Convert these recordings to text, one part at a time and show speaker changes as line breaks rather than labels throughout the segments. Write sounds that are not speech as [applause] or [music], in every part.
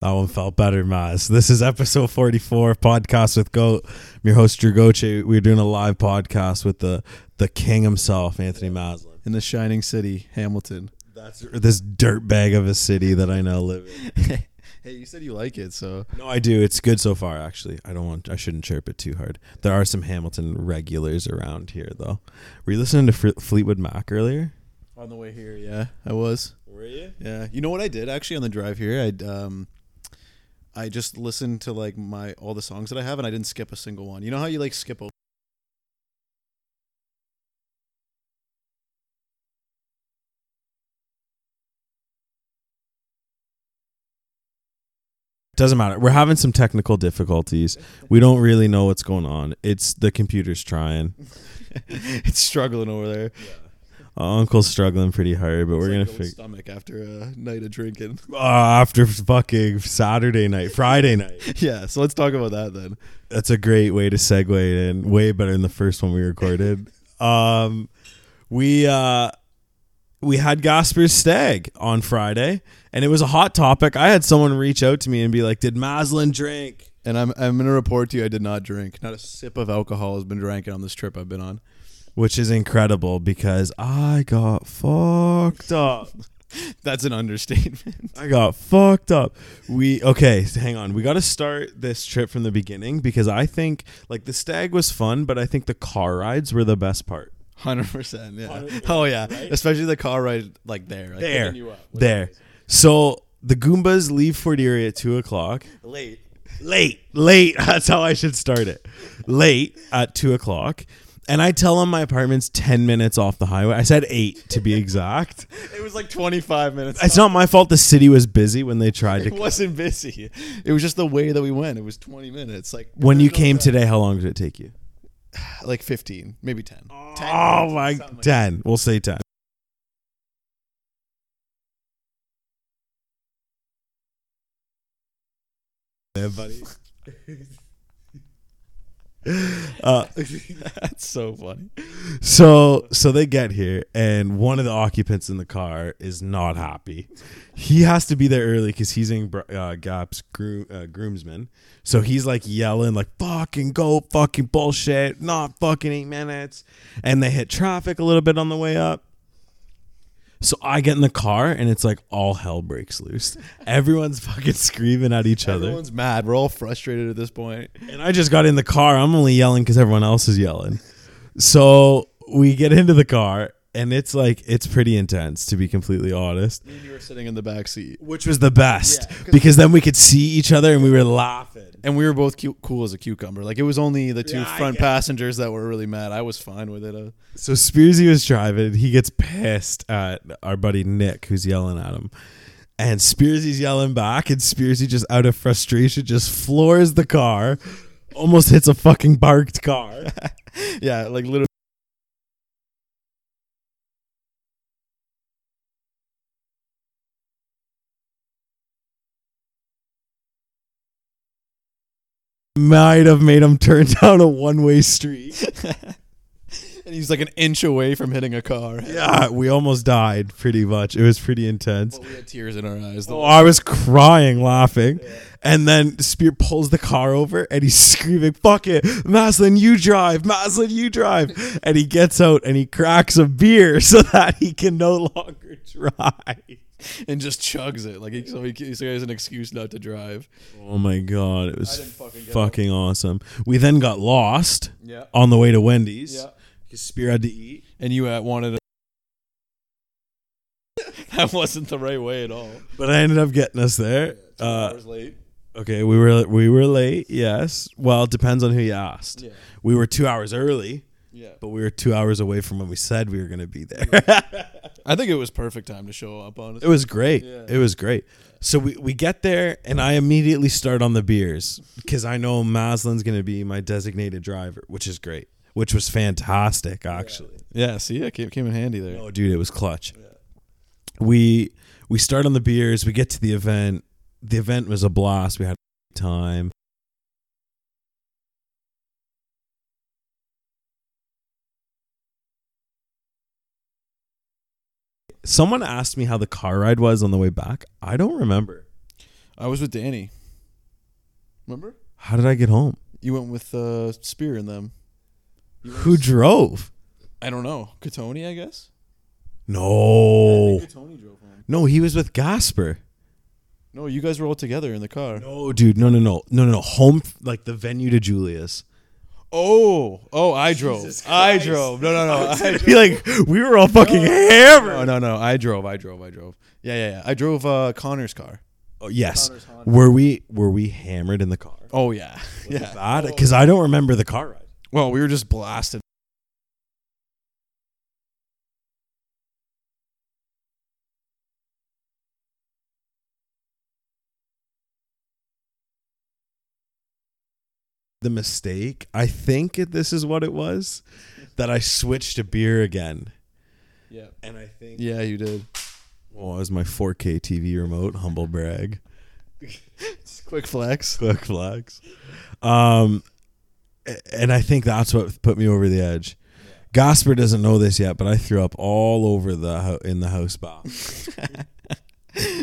That one felt better, Maz. This is episode 44 podcast with Goat. I'm your host, Drew Goche. We're doing a live podcast with the the king himself, Anthony Maslin.
in the shining city, Hamilton.
That's this dirtbag of a city that I now live in.
[laughs] hey, you said you like it, so
No, I do. It's good so far, actually. I don't want. I shouldn't chirp it too hard. There are some Hamilton regulars around here, though. Were you listening to Fre- Fleetwood Mac earlier?
on the way here, yeah, I was.
Were you?
Yeah, you know what I did actually on the drive here? I um, I just listened to like my all the songs that I have, and I didn't skip a single one. You know how you like skip a
Doesn't matter. We're having some technical difficulties. We don't really know what's going on. It's the computer's
[laughs]
trying.
it's struggling over there.
Uh, Uncle's struggling pretty hard, but we're
It's like
gonna
going
figure
stomach after a night of drinking.
uh, after fucking Saturday night, Friday night.
[laughs] yeah, [laughs] so let's talk about that then.
That's a great way to segue it in. Way better than the first one we recorded. um, we uh, we had Gasper's stag on Friday, and it was a hot topic. I had someone reach out to me and be like, "Did Maslin drink?"
And I'm I'm gonna report to you, I did not drink. Not a sip of alcohol has been drank on this trip I've been on.
Which is incredible because I got fucked up.
[laughs] That's an understatement.
I got fucked up. We okay, so hang on. We got to start this trip from the beginning because I think like the stag was fun, but I think the car rides were the best part.
Hundred percent, yeah. [laughs]
[laughs]
oh yeah, especially the car ride like there, like,
There,
picking you up.
there. So the Goombas leave Fortieri at two o'clock.
late. [laughs]
Late, late. [laughs] That's how I should start it. Late at two o'clock. And I tell them my apartment's 10 minutes off the highway. I said eight to be
[laughs]
exact.
It was like twenty five minutes.
It's not my fault the city was busy when they tried
[laughs] It
to.
wasn't busy. It was just the way that we went. It was twenty minutes, like
When you came today, how long did it take you?
like fifteen, maybe ten.
Oh my,
something like
10. We'll say 10. Yeah, buddy. [laughs] uh,
[laughs] That's so funny.
so so they get here and one of the occupants in the car is not happy. He has to be there early because he's in Br- uh, Gap's groom, uh, groomsman. So he's like yelling like "fucking go, fucking bullshit, not fucking eight minutes." And they hit traffic a little bit on the way up. So I get in the car and it's like all hell breaks loose. Everyone's fucking screaming at each other.
Everyone's mad. We're all frustrated at this point.
And I just got in the car. I'm only yelling because everyone else is yelling. So we get into the car, and it's like it's pretty intense, to be completely honest.
Me and you were sitting in the back seat,
Which was the best
Yeah, 'cause-
because then we could see each other and we were laughing.
and we were both cu- cool as a cucumber. Like it was only the two
Yeah, I
front
get it.
passengers that were really mad. I was fine with it. Uh,
So Spearsy was driving. He gets pissed at our buddy Nick, who's yelling at him. And Spearsy's yelling back, and Spearsy just out of frustration just floors the car, almost hits a fucking parked car. [laughs]
yeah, like literally. [laughs]
Might have made him turn [laughs] down a one way street.
And he's like an inch away from hitting a car. [laughs]
Yeah, we almost died pretty much. It was pretty intense.
We had tears in our eyes.
Oh, I was crying laughing. And then Spear pulls the car over and he's screaming, Fuck it, Maslin, you drive, Maslin, you drive. And he gets out and he cracks a beer [laughs] so that he can no longer drive.
and just chugs it. Like he, so he, so he has an excuse not to drive.
Oh my God, it was
didn't fucking get
fucking awesome. We then got lost
Yeah.
on the way to Wendy's.
Yeah.
'Cause Spear had to eat.
And you uh, wanted. A- [laughs] that wasn't the right way at all.
But I ended up getting us there. Uh,
hours late.
Okay, we were we were late. Yes. Well, it depends on who you asked.
Yeah.
We were two hours early,
Yeah.
but we were two hours away from when we said we were going to be there.
[laughs] I think it was perfect time to show
[laughs]
up.
it
Honestly.
was great.
Yeah.
It was great. So we, we get there, and I immediately start on the beers because I know Maslin's going to be my designated driver, which is great, which was fantastic actually.
Yeah. See, it came, came in handy there.
Oh, dude, it was clutch. We we start on the beers. We get to the event. The event was a blast. We had a time. Someone asked me how the car ride was on the way back. I don't remember.
I was with Danny. Remember?
How did I get home?
You went with uh, Spear and them. You went
Who
with-
drove?
I don't know. Katoni, I guess. [laughs]
No.
Katoni drove home.
No, he was with Gasper.
No, you guys were all together in the car.
No, dude. No, no, no. No, no, no. Home, like the venue to Julius.
Oh, oh, I drove. I drove. No,
[laughs]
no, no. [laughs] I drove.
He, like, we were all fucking hammered.
No, no, no. I drove. I drove. I drove. Yeah, yeah, yeah. I drove uh, Connor's car.
Oh, yes. Were we were we hammered in the car?
Oh yeah, yeah.
Because I don't remember the car ride.
Well, we were just blasted.
The mistake, I think it, this is what it was, that I switched to beer again.
Yeah.
And I think
Yeah, you [laughs] did.
Oh, it was my 4K TV remote, humble brag.
Just [laughs] quick flex.
Click flex. Um, a- and I think that's what put me over the edge. Gosper doesn't know this yet, but I threw up all over the ho- in the house bomb.
[laughs]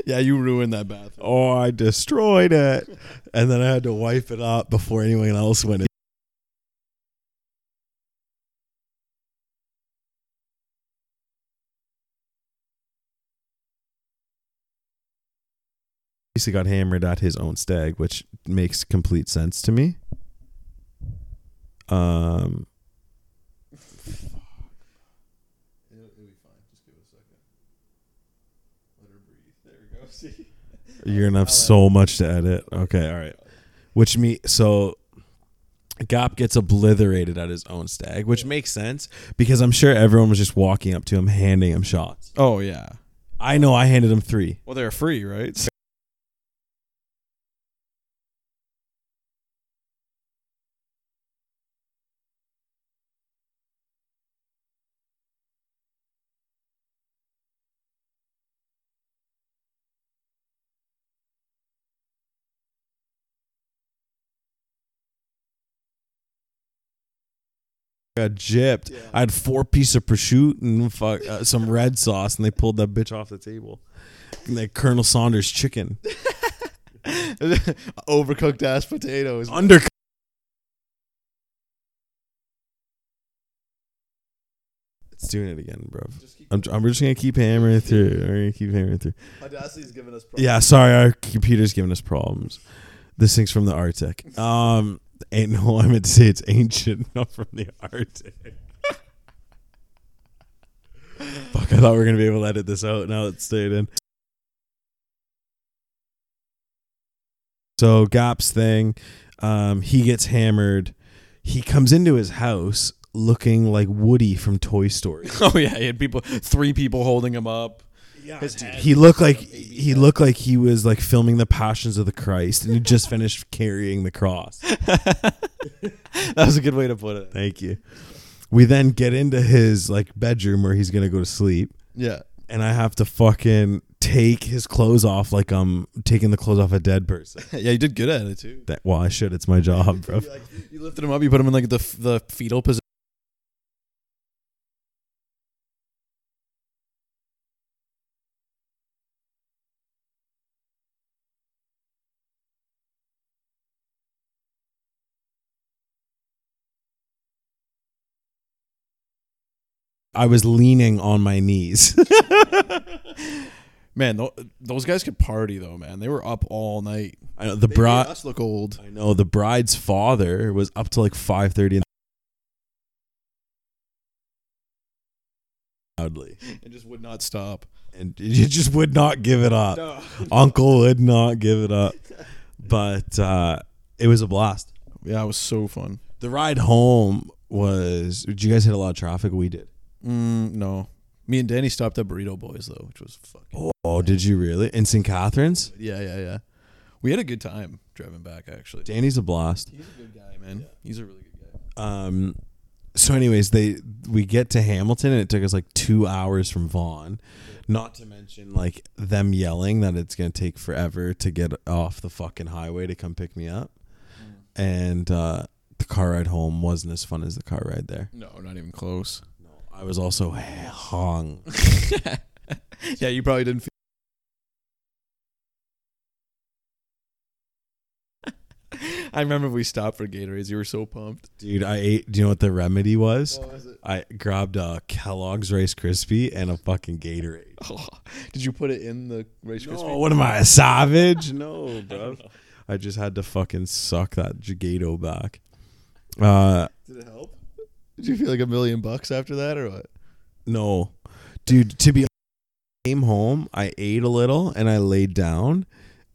Yeah, you ruined that bathroom.
oh, I destroyed it, and then I had to wipe it up before anyone else went in. Basically, got hammered at his own stag, which makes complete sense to me. Um,
It'll, it'll be fine. Just give it a second. Let her breathe. There we go. See.
You're gonna have so much to edit. Okay, all right. Which me so Gop gets obliterated at his own stag, which makes sense because I'm sure everyone was just walking up to him, handing him shots.
Oh yeah.
I know I handed him three.
Well, they're free, right? [laughs]
Got gypped. I had four piece of prosciutto and fuck, uh, some red sauce, and they pulled that bitch off the table. And that Colonel Saunders chicken
Overcooked ass potatoes.
under. It's doing it again, bro.
Just keep-
I'm, I'm just gonna keep hammering through. We're gonna keep hammering through.
Audacity's giving us. Problems.
Yeah, sorry, our computer's giving us problems. This thing's from the Arctic. Um, ain't no, I meant to say it's ancient, [laughs] not from the Arctic. [laughs] Fuck, I thought we were gonna be able to edit this out. Now it's stayed in. So Gap's thing, um, he gets hammered. He comes into his house looking like Woody from Toy Story.
[laughs] Oh yeah, he had people, three people holding him [laughs] up.
Yeah,
His
dude,
head
he looked like he looked like he was like filming the Passions of the Christ, and he just finished carrying the cross.
That was a good way to put it.
Thank you. We then get into his like bedroom where he's gonna go to sleep,
Yeah. [laughs]
and I have to fucking take his clothes off like I'm taking the clothes off a dead person.
Yeah, you did good at it too.
That well, I should. It's my job,
[laughs]
bro.
You, like, you lifted him up. You put him in like the f- the fetal [laughs] position.
I was leaning on my knees. [laughs]
Man, tho- those guys could party though. Man, they were up all night.
I know the
They
bride.
made us look [laughs] old.
I know the bride's father was up to like five thirty. Loudly.
and just would not stop.
and [laughs] you just would not give it
Uh,
up.
[laughs]
Uncle would not give it up, but uh, it was a blast.
Yeah, it was so fun.
The ride home was. Did you guys hit a lot of traffic? We did.
Mm, no, me and Danny stopped at Burrito Boys though, which was fucking.
Oh, did you really? In St. Catharines,
Yeah, yeah, yeah. We had a good time driving back. Actually,
Danny's a blast.
he's a good guy, man. He's a really good guy.
Um, so, anyways, they we get to Hamilton and it took us like two hours from Vaughan. Not to mention like them yelling that it's gonna take forever to get off the fucking highway to come pick me up, and uh, the car ride home wasn't as fun as the car ride there.
No, not
[laughs]
even close. [laughs]
I was also hung.
yeah, you probably didn't. Feel [laughs] I remember we stopped for Gatorades. You were so pumped.
Dude, I ate. Do you know what the remedy was?
What was [laughs] it?
I grabbed a Kellogg's Rice Krispie and a fucking Gatorade.
Oh, did you put it in the Rice
Oh, what am I, a savage? No, bro. [laughs] I just had to fucking suck that Jagato back. Uh,
Did it
[laughs]
help? Did you feel like a million bucks after that or what?
no, dude. To be, honest, I came home. I ate a little and I laid down,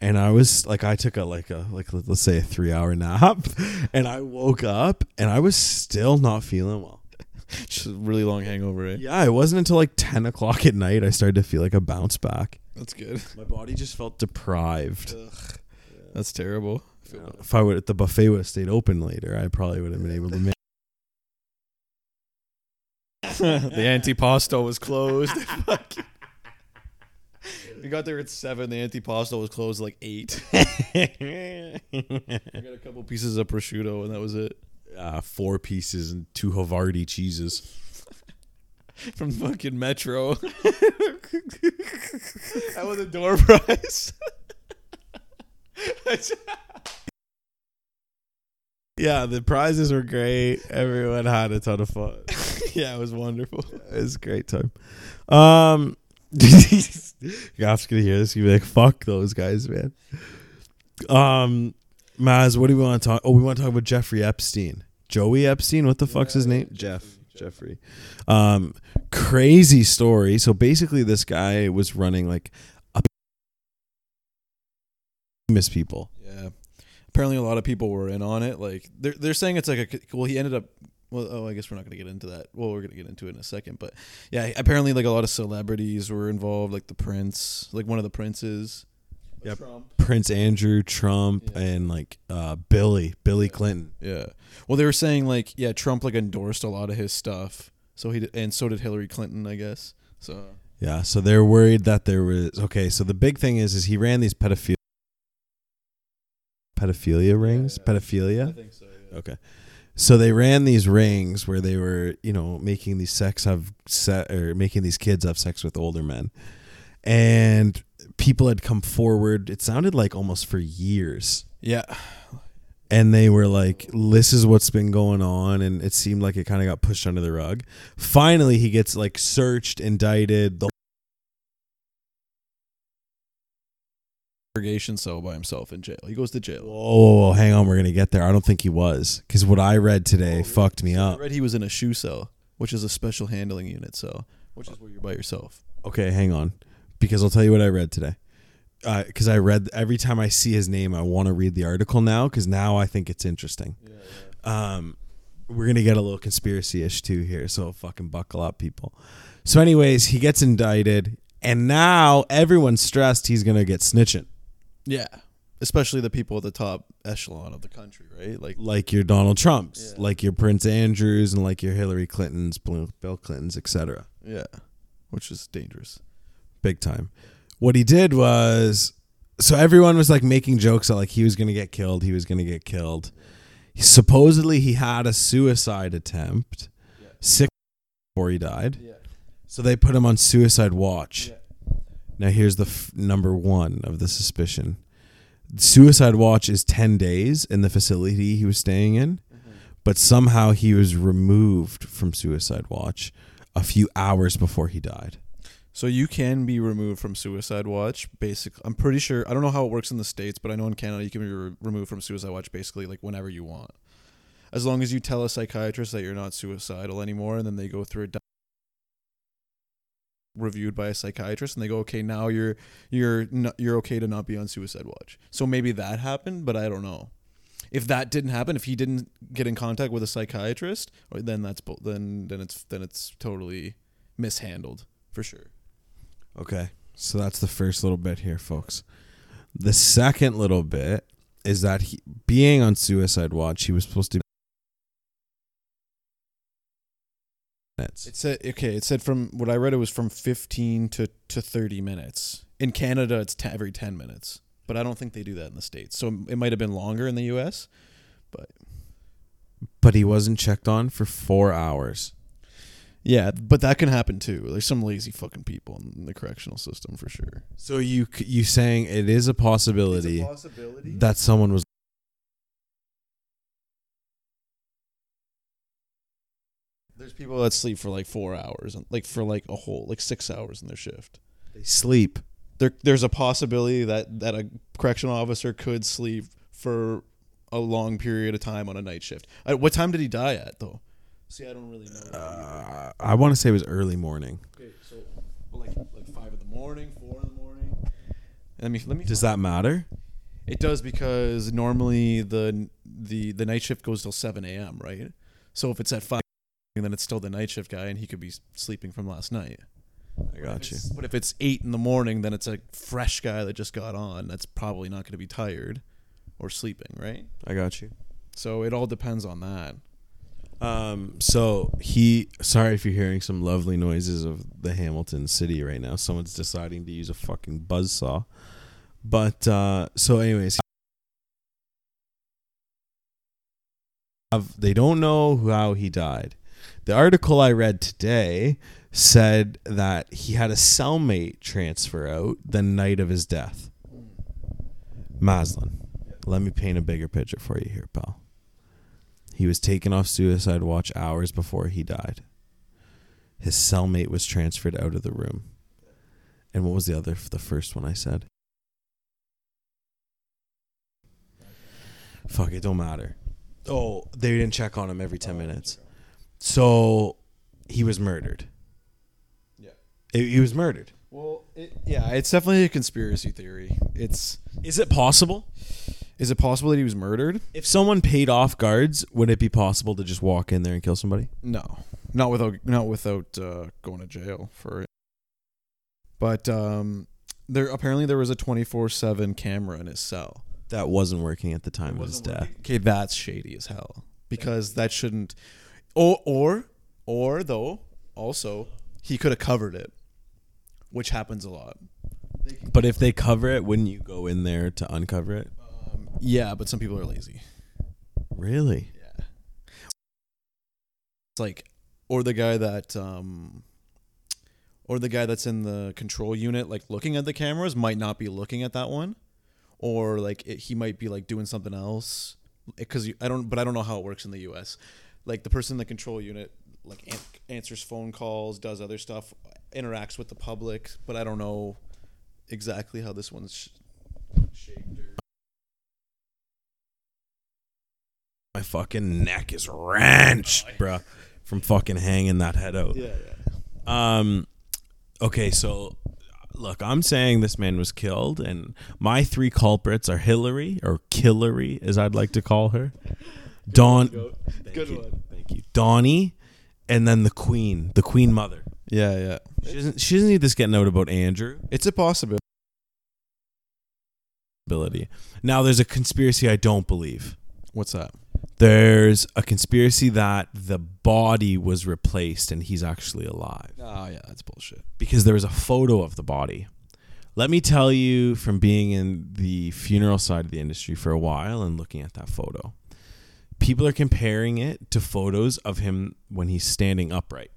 and I was like, I took a like a like let- let's say a three hour nap, [laughs] and I woke up and I was still not feeling well.
Just a really long hangover, eh?
Yeah, it wasn't until like ten o'clock at night I started to feel like a bounce back.
That's good.
My body just felt deprived.
That's terrible.
Yeah. If I would, if the buffet would have stayed open later, I probably would have been able to. Make
[laughs] the antipasto was closed. Fuck. we got there at seven. The antipasto was closed like eight. I got a couple pieces of prosciutto and that was it.
uh, four pieces and two Havarti cheeses.
From fucking Metro. that was a door prize. [laughs]
Yeah, the prizes were great. Everyone had a ton of fun.
yeah, it was wonderful.
It was a great time. Um, [laughs] Gaf's gonna hear this. He'll be like, "Fuck those guys, man." Um, Maz, what do we want to talk? Oh, we want to talk about Jeffrey Epstein, Joey Epstein. What the fuck's his name? Jeff. Jeffrey. Um, crazy story. So basically, this guy was running like a famous people.
Yeah. Apparently, a lot of people were in on it. Like they're they're saying it's like a well, he ended up. Well, oh, I guess we're not going to get into that. Well, we're going to get into it in a second, but yeah, apparently, like a lot of celebrities were involved, like the prince, like one of the princes,
Yep.
Trump.
Prince Andrew, Trump,
Yeah.
and like uh, Billy, Billy Clinton.
Yeah. Well, they were saying like yeah, Trump like endorsed a lot of his stuff, so he did, and so did Hillary Clinton, I guess. So
Yeah, so they're worried that there was okay. So the big thing is, is he ran these pedophilia pedophilia rings,
yeah. I
pedophilia.
think so. Yeah.
Okay, so they ran these rings where they were, you know, making these sex have se- or making these kids have sex with older men, and people had come forward. It sounded like almost for years,
Yeah.
and they were like, "This is what's been going on," and it seemed like it kind of got pushed under the rug. Finally, he gets like searched, indicted. The
Interrogation cell by himself in jail. He goes to jail.
Whoa, whoa, whoa, hang on, we're gonna get there. I don't think he was, because what I read today fucked me
I
up.
Oh, read he was in a shoe cell, which is a special handling unit cell, which is where you're by yourself.
Okay, hang on, because I'll tell you what I read today. Because I read every time I see his name, I want to read the article now, because now I think it's interesting. Um, we're gonna get a little conspiracy ish too here, so fucking buckle up, people. So, anyways, he gets indicted, and now everyone's stressed he's gonna get snitching,
Yeah. Especially the people at the top echelon of the country, right? Like
like your Donald Trumps,
Yeah.
like your Prince Andrews, and like your Hillary Clintons, Bill Clintons, etc.
yeah. Which is dangerous.
big time. What he did was so everyone was like making jokes that like he was going to get killed, he was going to get killed. Supposedly he had a suicide attempt
Yeah.
six before he died.
Yeah.
So they put him on suicide watch.
Yeah.
Now here's the f- number 1 of the suspicion. Suicide watch is 10 days in the facility he was staying in,
Mm-hmm.
but somehow he was removed from suicide watch a few hours before he died.
So you can be removed from suicide watch basically I'm pretty sure I don't know how it works in the states, but I know in Canada you can be re- removed from suicide watch basically like whenever you want. As long as you tell a psychiatrist that you're not suicidal anymore and then they go through a di- reviewed by a psychiatrist and they go okay, now you're you're not, you're okay to not be on suicide watch. So maybe that happened, but I don't know. If that didn't happen, if he didn't get in contact with a psychiatrist, or- then that's bu- then then it's then it's totally mishandled for sure.
Okay. So that's the first little bit here, folks. The second little bit is that he, being on suicide watch, he was supposed to. Minutes.
It said okay. It said from what I read, it was from fifteen to to thirty minutes. In Canada, it's t- every ten minutes, but I don't think they do that in the states. So it might have been longer in the U.S.
But he wasn't checked on for four hours.
Yeah, but that can happen too. There's some lazy fucking people in the correctional system for sure.
So you c- you saying it is a possibility
possibility.
that someone was
people that sleep for like four hours, and like for like a whole like six hours in their shift.
They sleep.
There, there's a possibility that that a correctional officer could sleep for a long period of time on a night shift. Uh, what time did he die at though? See, I don't really know.
Uh, I want to say it was early morning.
okay, so well, like like five in the morning, four in the morning. Let me let me.
Does that matter?
It does because normally the the the night shift goes till seven a.m. Right? So if it's at five, then it's still the night shift guy, and he could be sleeping from last night.
I got you.
It's- But if it's eight in the morning, then it's a fresh guy that just got on. That's probably not going to be tired or sleeping, right?
I got you.
So it all depends on that.
Um, so he, sorry if you're hearing some lovely noises of the Hamilton city right now. Someone's deciding to use a fucking buzzsaw. But, uh, so anyways, have- they don't know how he died. The article I read today said that he had a cellmate transfer out the night of his death. Maslin, let me paint a bigger picture for you here, pal. He was taken off suicide watch hours before he died. His cellmate was transferred out of the room. And what was the other, the first one I said? Fuck, it don't matter. Oh, they didn't check on him every 10 minutes. So he was murdered.
Yeah.
He he was murdered.
Well, it, yeah, it's definitely a conspiracy theory. It's
Is it possible?
is it possible that he was murdered?
If someone paid off guards, would it be possible to just walk in there and kill somebody?
No, not without not without uh, going to jail for it. But um, there apparently there was a twenty four seven camera in his cell.
That wasn't working at the time of his death.
Okay, that's shady as hell because that shouldn't. Or or or though also he could have covered it, which happens a lot.
But if they cover it, wouldn't you go in there to uncover it?
Um, yeah, but some people are lazy.
Really?
Yeah. It's like, or the guy that, um, or the guy that's in the control unit, like looking at the cameras, might not be looking at that one, or like it, he might be like doing something else. Because I don't, but I don't know how it works in the U.S. Like the person in the control unit, like an- answers phone calls, does other stuff, interacts with the public, but I don't know exactly how this one's sh- shaped. Or-
My fucking neck is wrenched, bruh, from fucking hanging that head out.
yeah.
Um, okay, so look, I'm saying this man was killed, and my three culprits are Hillary, or Killary, as I'd like to call her, Don. Thank
Good
you.
one.
Thank you, Donnie, and then the Queen, the Queen Mother.
Yeah, yeah.
She doesn't. She doesn't need this getting out about Andrew.
It's a possibility.
Ability. Now, there's a conspiracy I don't believe.
What's that?
There's a conspiracy that the body was replaced and he's actually alive
Oh yeah, that's bullshit.
because there was a photo of the body. Let me tell you from being in the funeral side of the industry for a while and looking at that photo. People are comparing it to photos of him when he's standing upright.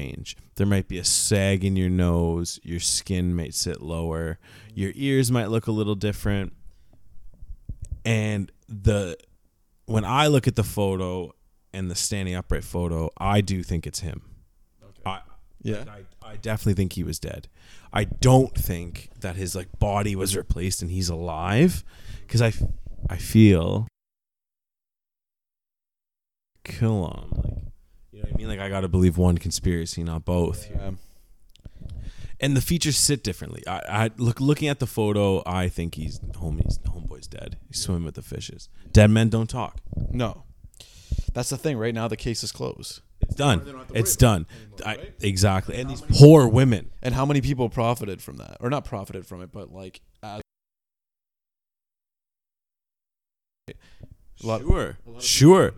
Change. There might be a sag in your nose, your skin might sit lower, your ears might look a little different. And the when I look at the photo and the standing upright photo, I do think it's him. I,
Yeah.
I, I definitely think he was dead. I don't think that his like body was replaced and he's alive, because I, f- I feel kill him. Like, you know what I mean? Like I gotta believe one conspiracy, not both.
Um,
And the features sit differently. I, I look looking at the photo. I think he's homie's homeboy's dead. He's swimming with the fishes. Dead men don't talk.
no, that's the thing. Right now, the case is closed.
It's done. It's done. I, exactly. And these
many-
poor women.
And how many people profited from that, or not profited from it, but like as lot-
sure. Sure.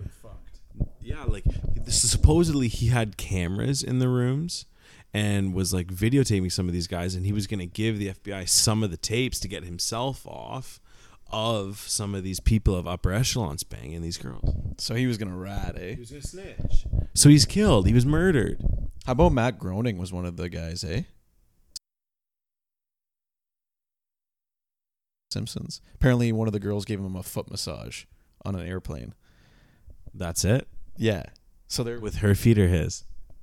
Yeah, like this, supposedly he had cameras in the rooms and was like videotaping some of these guys and he was going to give the FBI some of the tapes to get himself off of some of these people of upper echelons banging these girls.
so he was gonna rat, eh?
was going to snitch. So he's killed. He was murdered.
How about Matt Groening was one of the guys, eh? Simpsons. Apparently, one of the girls gave him a foot massage on an airplane.
That's it.
Yeah. So they're with
With her feet or his,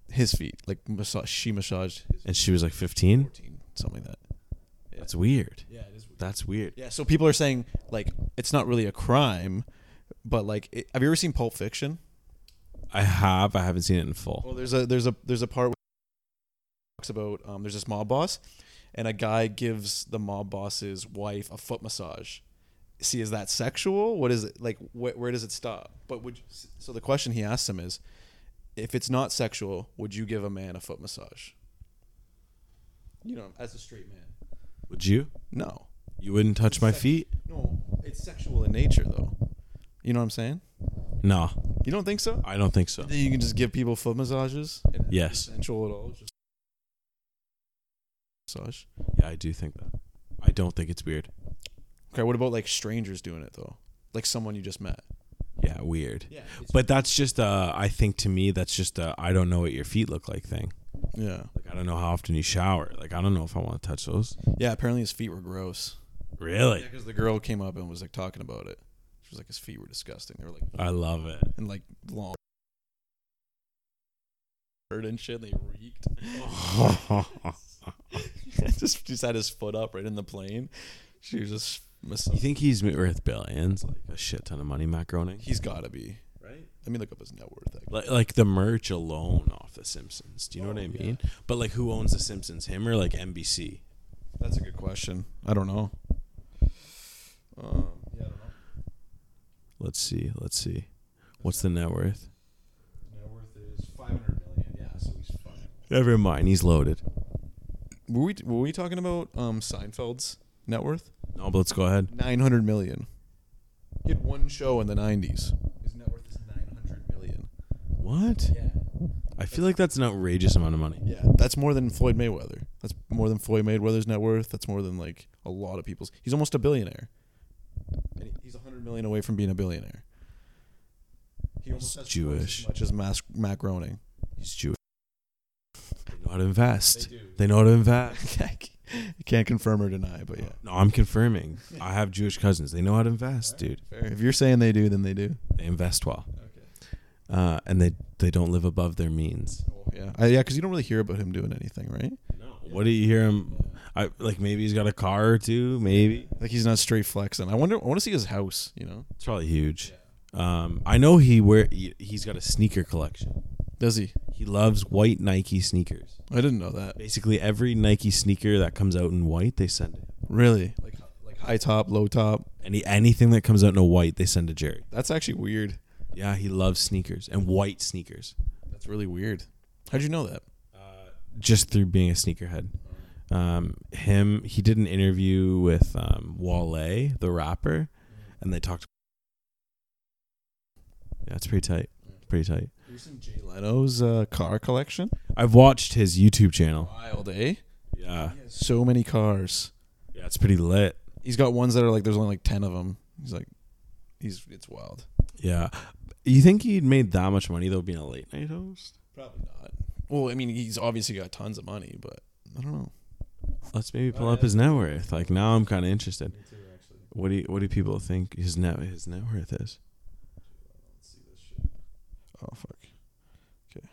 his feet, like massage. She massaged his
and she was like 15.
fourteen, something like that.
That's weird.
Yeah, it is.
That's weird.
Yeah. So people are saying like it's not really a crime, but like, it, have you ever seen Pulp Fiction?
I have. I haven't seen it in full.
Well, there's a there's a there's a part where it talks about um, there's this mob boss, and a guy gives the mob boss's wife a foot massage. See, is that sexual? What is it like? Wh- where does it stop? But would so the question he asks him is, if it's not sexual, would you give a man a foot massage? You know, as a straight man,
Would you?
no,
You wouldn't touch my
Sex-
feet?
no, it's sexual in nature though. You know what I'm saying?
No,
You don't think so?
I don't think so.
You can just give people foot massages. And it's
Yes.
Sensual at all? Just massage.
Yeah, I do think that. I don't think it's weird.
Okay. What about like strangers doing it though? Like someone you just met.
Yeah, weird.
Yeah.
But that's just uh I think to me that's just I I don't know what your feet look like thing.
yeah.
Like I don't know how often you shower. Like I don't know if I want to touch those.
Yeah. Apparently his feet were gross.
Really?
Because the girl came up and was like talking about it. She was like, his feet were disgusting. They were like
I love it. [laughs]
and like long. And shit, and they
[laughs]
reeked. [laughs] just just had his foot up right in the plane. She was just
you
massaging.
think he's worth billions? Like a shit ton of money macaroni?
He's gotta be.
Right?
Let me look up his net worth. Actually.
Like, like the merch alone off The Simpsons. Do you know what
Oh,
I
yeah.
mean? But like who owns The Simpsons? Him or like NBC?
That's a good question. I don't know. Um, yeah, I don't know.
Let's see. Let's see. What's the net worth?
Net worth is five hundred million. Yeah, so he's fine.
Never mind. He's loaded.
Were we were we talking about um Seinfeld's net worth?
No, but let's go ahead.
Nine hundred million. He had one show in the nineties. His net worth is nine hundred million.
What?
Yeah.
I feel like that's an outrageous amount of money.
Yeah, that's more than Floyd Mayweather. That's more than Floyd Mayweather's net worth. That's more than like a lot of people's. He's almost a billionaire. And he- he's hundred million away from being a billionaire. He almost has twice
Jewish.
as much as Mas- Matt Groening.
He's Jewish. They know how to invest.
They do.
They know how to invest.
[laughs] I can't confirm or deny, but yeah.
No, I'm confirming. I have Jewish cousins. They know how to invest, dude.
Fair. If you're saying they do, then they do.
They invest well,
Okay.
uh, and they they don't live above their means.
yeah. I, yeah, because you don't really hear about him doing anything, right?
No. What do you hear him? I like maybe he's got a car or two. Maybe
Like he's not straight flexing. I wonder. I want to see his house. You know?
it's probably huge. Um, I know he wear he, he's got a sneaker collection.
Does he?
He loves white Nike sneakers.
I didn't know that.
Basically, every Nike sneaker that comes out in white, they send it.
Really? Like like high top, low top.
Any anything that comes out in a white, they send to Jerry.
That's actually weird.
Yeah, he loves sneakers and white sneakers. uh,
That's really weird. How'd you know that?
Just through being a sneakerhead. Um, him, he did an interview with um, Wale, the rapper, and they talked. Yeah, it's pretty tight. Pretty tight.
You seen Jay Leno's uh, car collection?
I've watched his YouTube channel.
Wild, eh?
Yeah,
So many cars.
yeah, it's pretty lit.
He's got ones that are like there's only like ten of them. He's like, he's it's wild.
Yeah, you think he'd made that much money though being a late night host?
Probably not. Well, I mean, he's obviously got tons of money, but I don't know.
Let's
Oh,
maybe pull up his net worth. Like now, I'm kind of interested. What do you, what do people think his net his net worth is?
Oh fuck. Okay.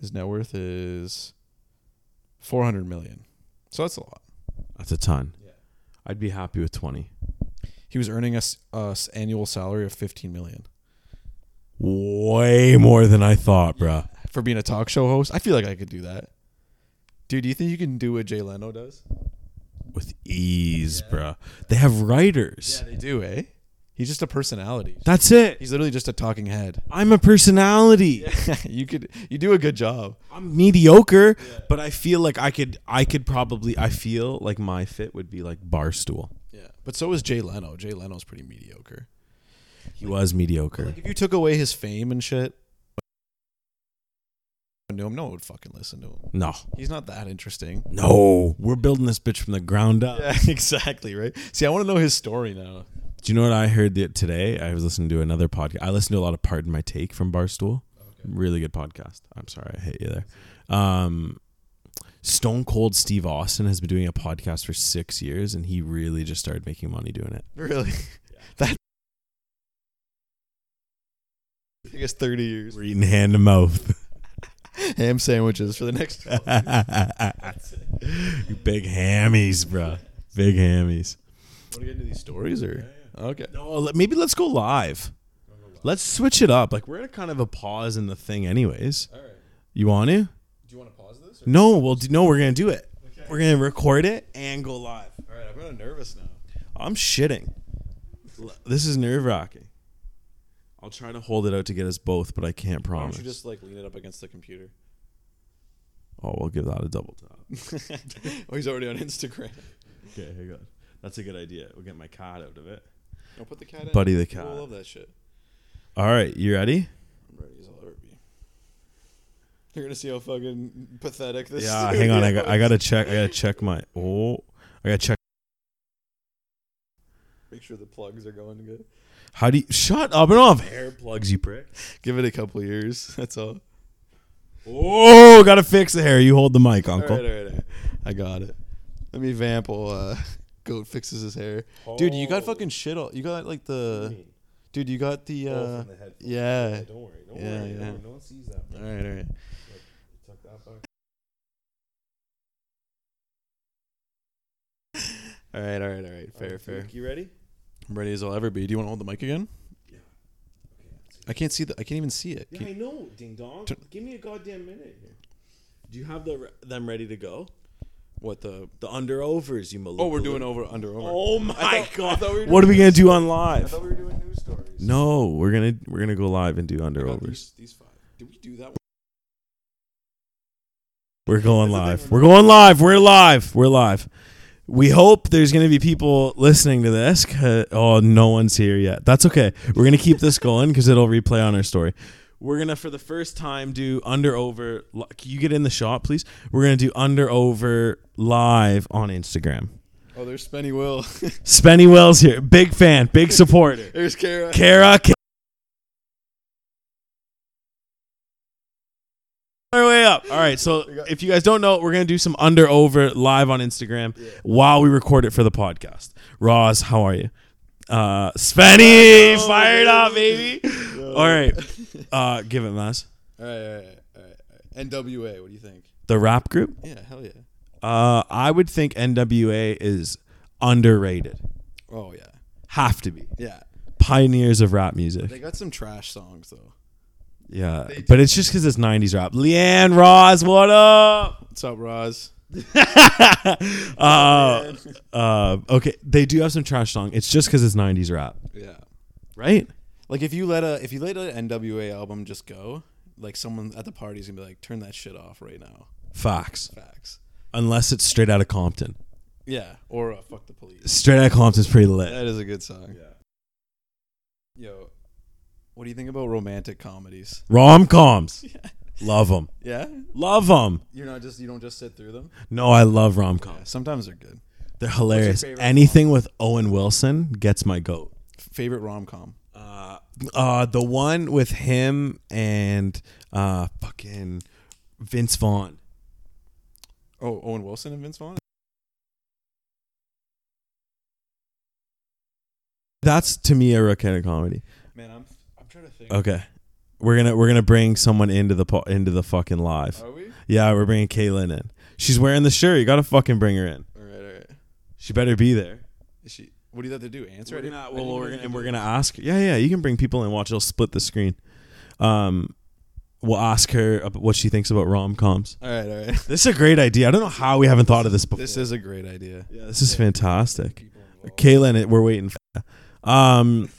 His net worth is four hundred million. So that's a lot.
That's a ton.
Yeah.
I'd be happy with twenty.
He was earning us us annual salary of fifteen million
Way more than I thought, bruh.
for being a talk show host. I feel like I could do that. Dude, do you think you can do what Jay Leno does?
With ease, bruh. They have writers.
[laughs] they do, eh? He's just a personality.
That's it.
He's literally just a talking head. [laughs]
I'm a personality.
you could you do a good job.
I'm mediocre, but I feel like I could I could probably I feel like my fit would be like Barstool.
Yeah. But so is Jay Leno. Jay Leno's pretty mediocre.
He was mediocre.
Like if you took away his fame and shit, knew him, no one would fucking listen to him.
No.
He's not that interesting.
No. We're building this bitch from the ground up.
Yeah, [laughs] exactly, right? See, I want to know his story now.
Do you know what I heard the, today? I was listening to another podcast. I listened to a lot of Pardon My Take from Barstool. Really good podcast. I'm sorry, I hate you there. Um, Stone Cold Steve Austin has been doing a podcast for six years, and he really
[laughs]
just started making money doing it.
Really? That Take us 30 years.
We're eating hand to mouth.
Ham sandwiches for the [laughs] next.
Big hammies, bro. Big hammies.
Want to get into these stories or? Okay.
No, let- maybe let's go live. Let's switch it up. Like we're in a kind of a pause in the thing, anyways.
All right.
You want to?
Do you want to pause this?
No, well, do, no, we're gonna do it. We're gonna record it and go live.
All right. I'm kind of nervous now.
I'm shitting. L- This is nerve wracking. I'll try to hold it out to get us both, but I can't
Why
promise.
don't you just like lean it up against the computer?
oh, we'll give that a double tap.
[laughs] oh, he's already on Instagram.
okay, hang on. That's a good idea. We'll get my cat out of it.
I'll put the cat in.
Buddy the
People
cat.
love that shit.
All right, you ready?
I'm ready as I'll ever be. You're gonna see how fucking pathetic this.
Yeah.
studio
Hang on. I got. I
is. [laughs]
gotta check. I gotta check my. Oh, I gotta check.
Make sure the plugs are going good.
How do you shut up? I don't have hair plugs, you prick.
Give it a couple years. That's all.
Oh, gotta fix the hair. You hold the mic,
All right,
Uncle.
all right, all right. I got it. Let me vamp. While, uh, [laughs] goat fixes his hair. Dude, you got
Oh.
fucking shit. All you got like
What do
the.
you mean?
Dude, you got the.
Oh,
Uh,
from the headphones.
yeah.
Don't worry. Don't
Yeah,
worry.
yeah.
No one- No one sees that.
All right, all right.
Tuck that back.
All right, all right, all right. Fair,
Alright,
fair.
Duke, You ready?
I'm ready as I'll ever be. Do you want to hold the mic again?
Yeah. Okay, that's
I can't see the. I can't even see it.
Yeah,
Can-
I know, ding dong.
Turn-
Give me a goddamn minute here. Do you have the re- them ready to go?
what the?
The under overs, you maloot.
Oh, we're doing over, under, over.
Oh my god!
thought we were
what are
doing
we gonna do on
I
live?
thought we were doing news stories.
No, we're gonna we're gonna go live and do
I
under
got [laughs]
overs.
These, these five. Did we do that? one?
We're going
That's the
live.
thing,
We're going live. We're live. We're live. We hope there's going to be people listening to this. 'cause- Oh, no one's here yet. That's okay. We're going to keep this going because it'll replay on our story. We're going to, for the first time, do under over. li- Can you get in the shot, please? We're going to do under over live on Instagram.
Oh, there's Spenny [laughs] Will.
Spenny Wells here. Big fan, big supporter.
there's Kara.
Kara. K- Our way up. All right. So
got-
if you guys don't know, we're gonna do some under over live on Instagram while we record it for the podcast. Roz, how are you? Uh, Spenny,
Oh,
fired up,
baby.
baby.
Yo.
All right. Uh, give it, Maz.
All right, all right, all right, all right. NWA, what do you think?
The rap group.
Yeah, hell yeah.
Uh, I would think NWA is underrated.
Oh yeah,
Have to be
yeah.
pioneers of rap music.
They got some trash songs though.
Yeah, but it's just because it's '90s rap. Leanne Ross, what up?
[laughs] What's up, Roz?
Uh, uh, okay, they do have some trash song. It's just because it's '90s rap,
Yeah.
right?
Like if you let a if you let an NWA album just go, like someone at the party's gonna be like, turn that shit off right now.
Facts.
Facts.
Unless it's straight out of Compton.
Yeah. Or uh, fuck the police.
Straight out of Compton's pretty lit.
[laughs] That is a good song. Yo, what do you think about romantic [laughs] comedies?
Rom coms, love them,
Yeah.
love them.
You're not just you don't just sit through them.
No, I love rom coms.
Sometimes they're good.
They're hilarious.
favorite
Anything with Owen Wilson gets my goat.
Favorite rom com.
Uh, uh, the one with him and uh, fucking Vince Vaughn.
Oh, Owen Wilson and Vince Vaughn.
That's to me a rock kind of comedy.
Man, I'm I'm trying to think.
Okay, we're gonna we're gonna bring someone into the po- into the fucking live.
Are we? All
Yeah, we're bringing Caitlin in. She's wearing the shirt. You gotta fucking bring her in.
right, all right.
She better be there.
Is she? What do you have to do? Answer?
We're
I didn't-
gonna,
I
well,
didn't
we're
know
gonna,
you
and
could
we're
do
gonna ask. Yeah, yeah, you can bring people in. Watch, it'll split the screen. Um, we'll ask her ab- what she thinks about rom coms.
that. [laughs] All right, [laughs] all right.
This is a great idea. I don't know how we haven't thought of this before.
This is a great idea.
yeah, this is fantastic. Caitlin, it- we're waiting. For Um,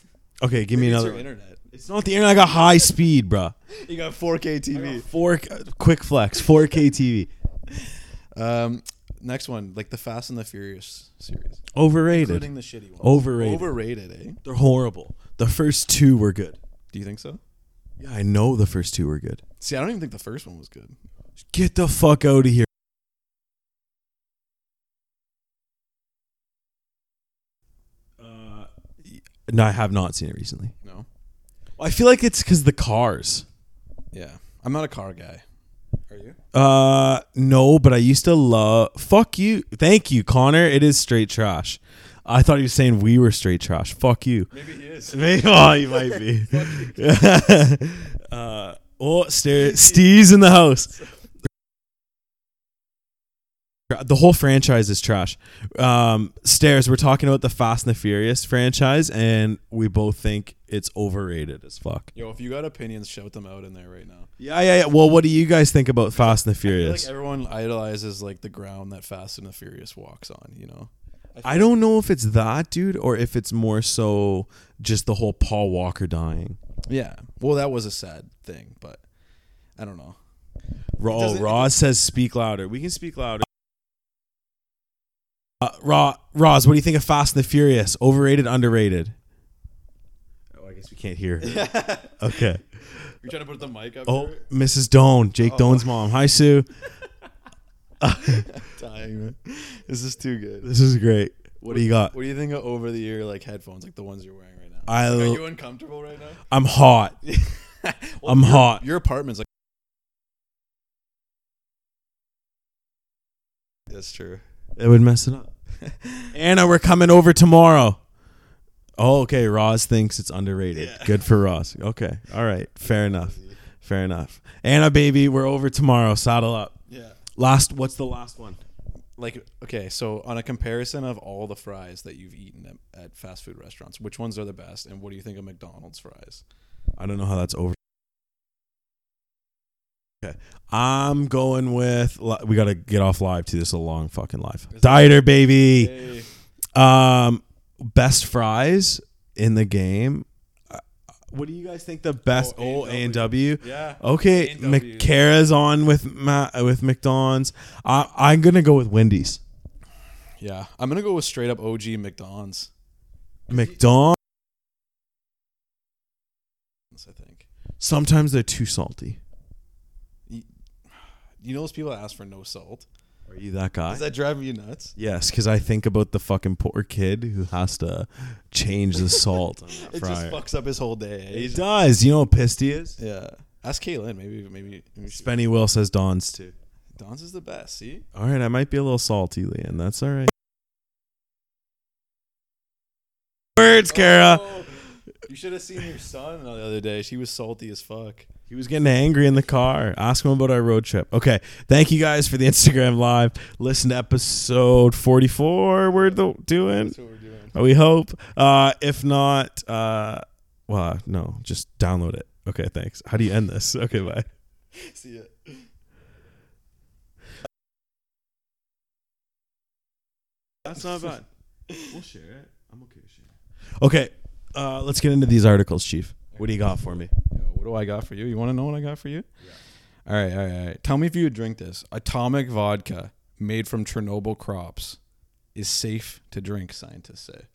okay, give me another. one.
internet.
It's not the internet. I got high speed, bruh.
You got 4K TV.
Four uh, quick flex, 4K TV.
Um, next one, like the Fast and the Furious series,
Overrated.
including the shitty ones.
Overrated.
Overrated, eh?
They're horrible. The first two were good.
Do you think so?
Yeah, I know the first two were good.
See, I don't even think the first one was good.
Get the fuck out of here. Uh, y- no, I have not seen it recently.
No.
I feel like it's because the cars.
Yeah, I'm not a car guy. Are you?
Uh, no, but I used to love. Fuck you. Thank you, Connor. It is straight trash. I thought he was saying we were straight trash. Fuck you.
Maybe he
[laughs]
is.
Maybe oh, you might [laughs] be. [laughs] uh, oh, Ste- Steve's in the house. The whole franchise is trash. Um, stairs. We're talking about the Fast and the Furious franchise, and we both think it's overrated as fuck.
Yo, if you got opinions, shout them out in there right now.
Yeah, yeah, yeah. Well, what do you guys think about Fast and the
I feel
Furious?
like everyone idolizes like the ground that Fast and the Furious walks on. You know,
I don't know if it's that dude or if it's more so just the whole Paul Walker dying.
Yeah. Well, that was a sad thing, but I don't [laughs] know.
Raw,
It doesn't-
Roz oh, says speak louder. We can speak louder. Uh, Ra, Roz, what do you think of Fast and the Furious? Overrated, underrated? Oh, I guess we can't hear.
[laughs]
okay.
You're trying to put the mic up.
Oh, Mrs. Doan, Jake
Oh.
Doan's mom. Hi, Sue.
[laughs] dying, man. This is too good.
This is great. What do you got?
What do you think of over the ear like headphones, like the ones you're wearing right now?
I-
Like, are you uncomfortable right [laughs] now?
I'm hot.
Well,
I'm
your-
hot.
Your apartment's like. That's true.
It would mess it
[laughs]
up. Anna, we're coming over tomorrow. Oh, okay. Roz thinks it's underrated.
Yeah.
Good for Roz. Okay. All right. Fair enough. Fair enough. Anna, baby, we're over tomorrow. Saddle up.
Yeah.
Last, what's the last one?
Like okay, so on a comparison of all the fries that you've eaten at, at fast food restaurants, which ones are the best, and what do you think of McDonald's fries?
I don't know how that's over. Okay. I'm going with. li- We got to get off live too. This is a long fucking live. Dieter, baby.
Hey.
Um, best fries in the game. Uh, What do you guys think the best?
Oh,
Oh,
A&W.
A and W.
Yeah.
Okay,
A&W.
McCara's on with Ma- with McDonald's. I- I'm gonna go with Wendy's.
Yeah, I'm gonna go with straight up OG McDonald's.
McDonald's.
I think
Sometimes they're too salty.
you know those people that ask for no salt.
Are you that guy?
Is that driving you nuts?
Yes, because I think about the fucking poor kid who has to change the
[laughs]
salt on that
It
fryer.
just fucks up his whole day. eh?
He does. You know what pissed he is?
yeah, ask Caitlin. Maybe maybe, maybe she-
Spenny Will says Don's too.
Don's is the best. See,
All right, I might be a little salty, Leanne. That's all right. Words, Kara.
Oh, you should have seen your son the other day. She was salty as fuck.
He was getting angry in the car. Ask him about our road trip. Okay. Thank you guys for the [laughs] Instagram live. Listen to episode 44. We're the, doing.
That's what we're doing.
We hope. Uh, if not, uh, well, no, just download it. Okay, thanks. How do you end this? Okay, bye.
See it.
That's not bad. We'll share it. I'm okay with sharing. Okay, uh, let's get into these articles, Chief. What do you got for me?
Yo, what do I got for you? You want to know what I got for you? All right, all right, all right. Tell me if you would drink this. Atomic vodka made from Chernobyl crops is safe to drink, scientists say.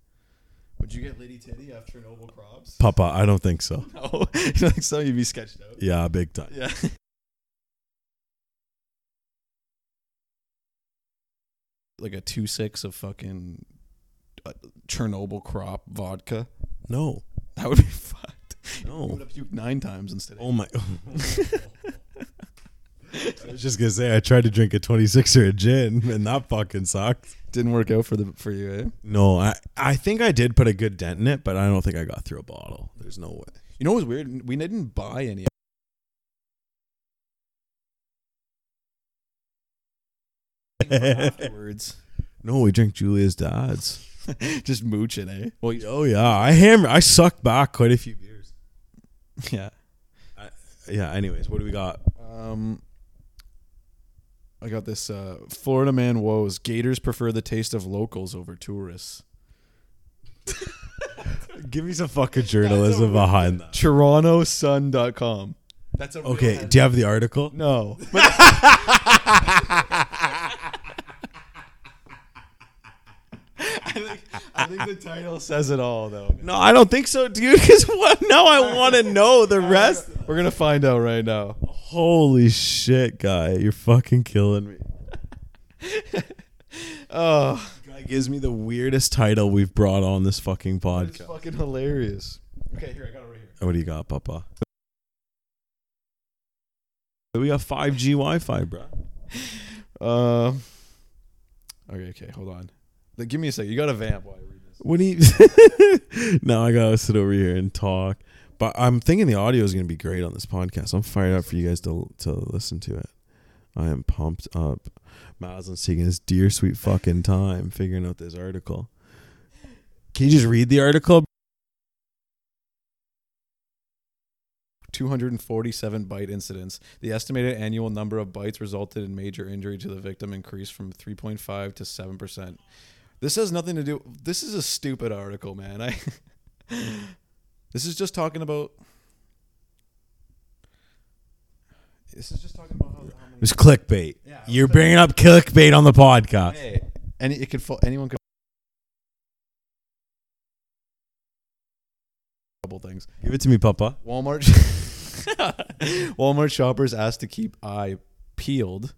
Would you get Lady Titty after Chernobyl crops?
Papa, I don't think so.
[laughs] No. [laughs] like so you'd be sketched out.
Yeah, big time.
Yeah. [laughs] like a 2 6 of fucking uh, Chernobyl crop vodka.
No.
That would be [laughs] fucked. You
No.
would have puked nine times instead of.
Oh my. [laughs] I was just gonna say I tried to drink a 26er of gin and that fucking sucked.
Didn't work out for the for you, eh?
No, I I think I did put a good dent in it, but I don't think I got through a bottle. There's no way.
You know what was weird? We didn't buy any. Afterwards,
No, we drink Julia's dad's.
just mooching, eh? Well, you-
Oh yeah, I hammer. I sucked back quite a few beers.
[laughs] yeah.
Yeah. Anyways, what do we got?
Um, I got this. Uh, Florida man woes. Gators prefer the taste of locals over tourists.
Give me some fucking journalism behind that.
TorontoSun.com. That's a real
Okay,
[laughs] head-
do you have the article?
No. I, think, I think the title says it all, though.
No, I don't think so, dude. Because [laughs] what? Now I want to know
[laughs]
the rest.
We're gonna find out right now.
Holy shit, guy, you're fucking killing me.
[laughs] Oh,
Guy gives me the weirdest title we've brought on this fucking
it's
podcast.
fucking hilarious. Okay, here I got it right here.
What do you got, Papa? We got 5G Wi-Fi, bro.
Um. okay, okay, hold on. Like, give me a second. You got a vamp while I read this.
When he [laughs] now I gotta sit over here and talk. But I'm thinking the audio is gonna be great on this podcast. I'm fired up for you guys to to listen to it. I am pumped up. Maslin's taking his dear sweet fucking time figuring out this article. Can you just read the article?
247 bite incidents. The estimated annual number of bites resulted in major injury to the victim increased from 3.5 to 7 percent. This has nothing to do. This is a stupid article, man. I. [laughs] this is just talking about. This is just talking about how, how
It
many.
was clickbait.
Yeah, I
You're
was-
bringing up clickbait on the podcast.
Hey, any it could fall. Anyone could. Couple things.
Give it to me, Papa.
Walmart [laughs] Walmart shoppers asked to keep eye peeled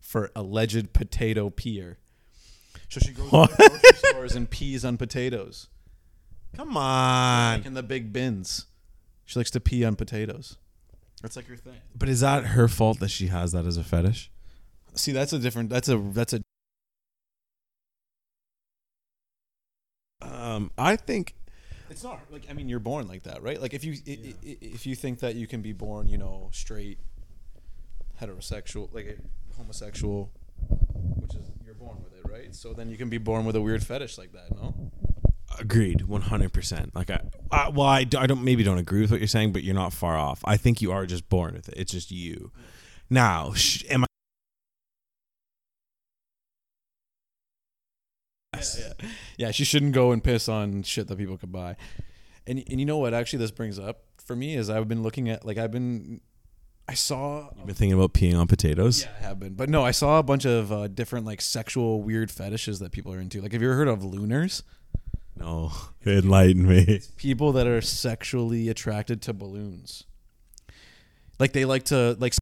for alleged potato peer. So she goes to the grocery stores and pees on potatoes,
Come on.
like in the big bins. She likes to pee on potatoes. That's like her thing.
But is that her fault that she has that as a fetish?
See, that's a different. That's a that's a
Um, I think
It's not like I mean you're born like that, right? Like if you i i- i- if you think that you can be born, you know, straight, heterosexual, like eh, homosexual, which is you're born with it, right? So then you can be born with a weird fetish like that, no?
Agreed, one hundred percent. Like I, I well, I, d- I don't maybe don't agree with what you're saying, but you're not far off. I think you are just born with it. It's just you. Now, sh- am I? Yes.
Yeah, she shouldn't go and piss on shit that people could buy. And and you know what? Actually, this brings up for me is I've been looking at like I've been I saw
You've been thinking about peeing on potatoes.
Yeah, I have been. But no, I saw a bunch of uh, different like sexual weird fetishes that people are into. Like, have you ever heard of lunars?
No, [laughs] enlighten me.
people that are sexually attracted to balloons. Like they like to like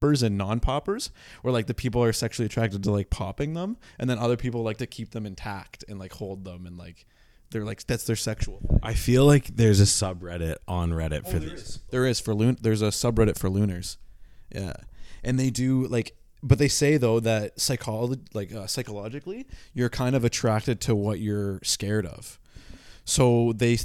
poppers and non-poppers where like the people are sexually attracted to like popping them and then other people like to keep them intact and like hold them and like they're like that's their sexual thing.
I feel like there's a subreddit on Reddit for this.
Oh, There is for loon. There's a subreddit for lunars. Yeah, and they do like, but they say though that psychology, like uh, psychologically, you're kind of attracted to what you're scared of. So they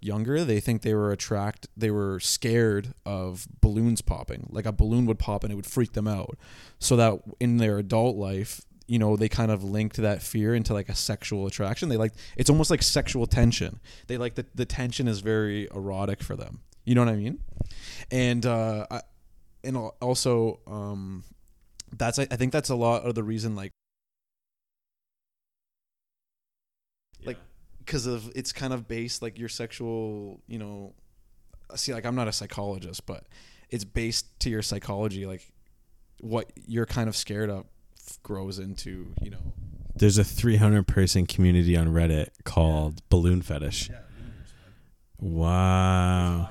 younger they think they were attract they were scared of balloons popping like a balloon would pop and it would freak them out so that in their adult life you know they kind of linked that fear into like a sexual attraction they like it's almost like sexual tension they like the, the tension is very erotic for them you know what i mean and uh I, and al- also um that's i I think that's a lot of the reason like Like, because of it's kind of based like your sexual you know see like i'm not a psychologist but it's based to your psychology like what you're kind of scared of grows into you know
there's a 300 person community on Reddit called Balloon Fetish. Wow.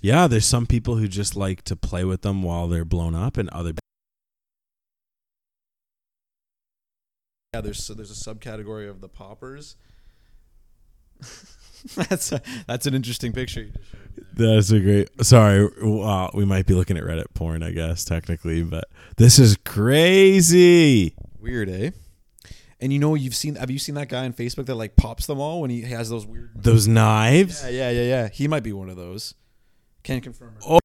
Yeah, there's some people who just like to play with them while they're blown up, and other
yeah there's so there's a subcategory of the poppers [laughs] that's a, that's an interesting picture you just showed me there.
That's a great. Sorry, wow, we might be looking at Reddit porn, I guess technically, but this is crazy.
weird eh and you know you've seen have you seen that guy on facebook that like pops them all when he has those weird
Those knives.
yeah yeah yeah yeah he might be one of those can confirm
Oh.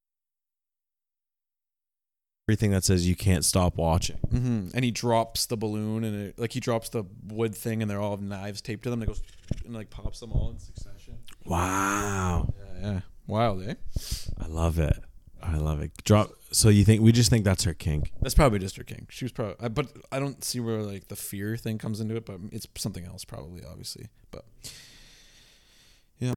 Everything that says you can't stop watching.
hmm And he drops the balloon and it, like he drops the wood thing and they're all knives taped to them. And it goes and like pops them all in succession.
Wow,
Yeah, yeah. Wild, eh?
I love it. I love it. Drop. So you think we just think that's her kink?
That's probably District King. She was probably, I, but I don't see where like the fear thing comes into it. But it's something else, probably, obviously. But yeah.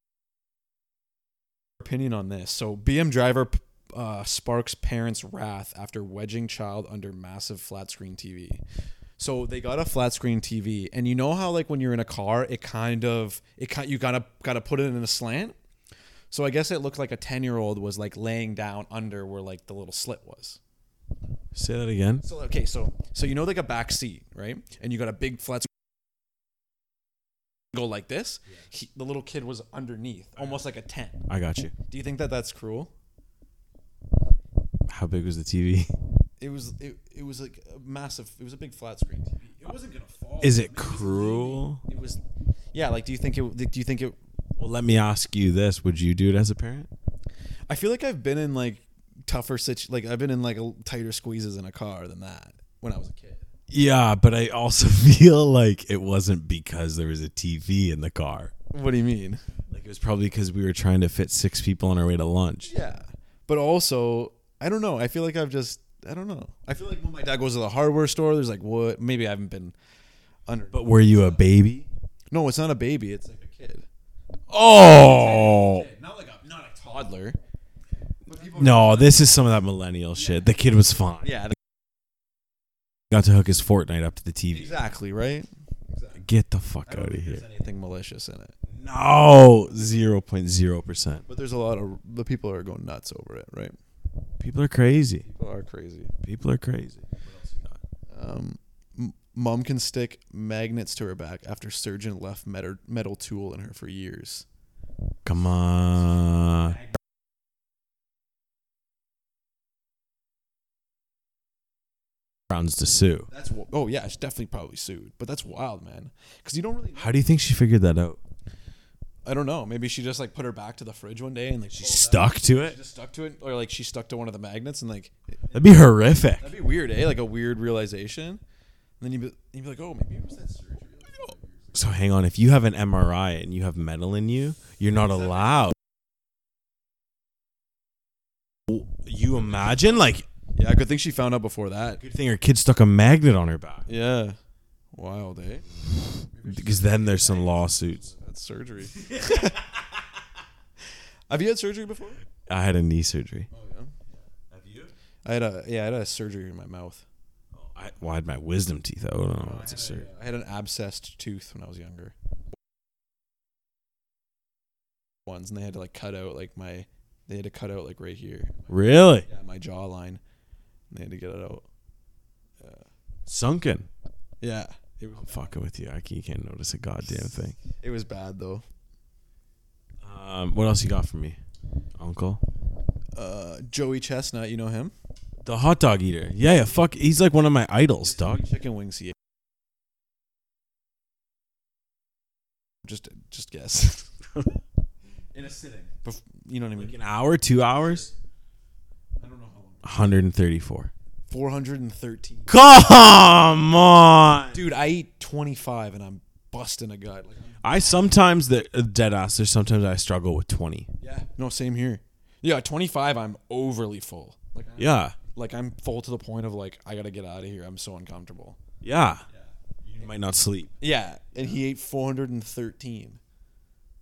Opinion on this? So BM driver p- uh, sparks parents' wrath after wedging child under massive flat screen TV. So they got a flat screen TV, and you know how like when you're in a car, it kind of it kind you gotta gotta put it in a slant. So I guess it looked like a ten year old was like laying down under where like the little slit was.
Say that again.
So okay, so so you know like a back seat, right? And you got a big flat go like this. He, the little kid was underneath, almost like a tent.
I got you.
Do you think that that's cruel?
How big was the TV?
It was it, it was like a massive. It was a big flat screen TV. It wasn't gonna fall.
Is it
but was
cruel?
leaning. It was. Yeah, like do you think it? Do you think it?
Well, let me ask you this: Would you do it as a parent?
I feel like I've been in like tougher situ. Like I've been in like a tighter squeezes in a car than that when I was a kid.
Yeah, but I also [laughs] feel like it wasn't because there was a TV in the car.
What do you mean?
Like it was probably because we were trying to fit six people on our way to lunch.
Yeah, but also I don't know. I feel like I've just I don't know. I feel like when my dad goes to the hardware store, there's like what? Maybe I haven't been under.
But were you a baby?
no, it's not a baby. It's like a kid.
Oh
Not like a not a toddler.
no, this is some of that millennial shit. The kid was fine.
Yeah,
Got to hook his Fortnite up to the TV.
exactly right.
Get the fuck
I don't
out of
think
here.
There's anything malicious in it,
No, zero point zero percent.
but there's a lot of the people are going nuts over it, right?
People are crazy.
People are crazy.
People are crazy.
Um, m- mom can stick magnets to her back after surgeon left metal, metal tool in her for years.
Come on. Rounds to sue.
That's wa- oh yeah, she's definitely probably sued, but that's wild, man. Because you don't really.
How do you think she figured that out?
I don't know. Maybe she just like put her back to the fridge one day and like
She
she
stuck to it.
just stuck to it, or like she stuck to one of the magnets and like
That'd be horrific.
that'd be weird, eh? Like a weird realization. And then you'd be, you'd be like, oh, maybe it was that surgery.
So hang on, if you have an MRI and you have metal in you, you're not allowed. You imagine like
Yeah, I could think she found out before that.
good thing her kid stuck a magnet on her back
Yeah, wild, eh?
because then there's some lawsuits. [laughs]
That's surgery. Have you had surgery before?
I had a knee surgery.
Oh yeah.
Have you?
I had a yeah, I had a surgery in my mouth.
I, well, I had my wisdom teeth out. I
Oh,
don't know. It's a surgery.
I had an abscessed tooth when I was younger. Ones and they had to like cut out like my they had to cut out like right here.
Really?
Yeah, my jawline. And they had to get it out. Uh,
Sunken.
Yeah.
I'm fucking with you. I can, you can't notice a goddamn thing.
It was bad though.
Um, what else you got for me, Uncle?
Uh Joey Chestnut, you know him?
The hot dog eater. Yeah, yeah. Fuck. He's like one of my idols, dog.
Chicken wings he ate. Just just [laughs] guess. In a sitting. Bef- you know what I mean?
An hour, two hours,
I don't know how long.
134.
413.
Come on,
Dude, I eat 25 and I'm busting a gut. Like,
I sometimes the uh, dead ass. There's sometimes I struggle with 20.
yeah. No, same here. Yeah, 25, I'm overly full. Like, I'm-
Yeah,
like I'm full to the point of like, I gotta get out of here. I'm so uncomfortable.
yeah. You might not sleep.
Yeah. And he ate 413.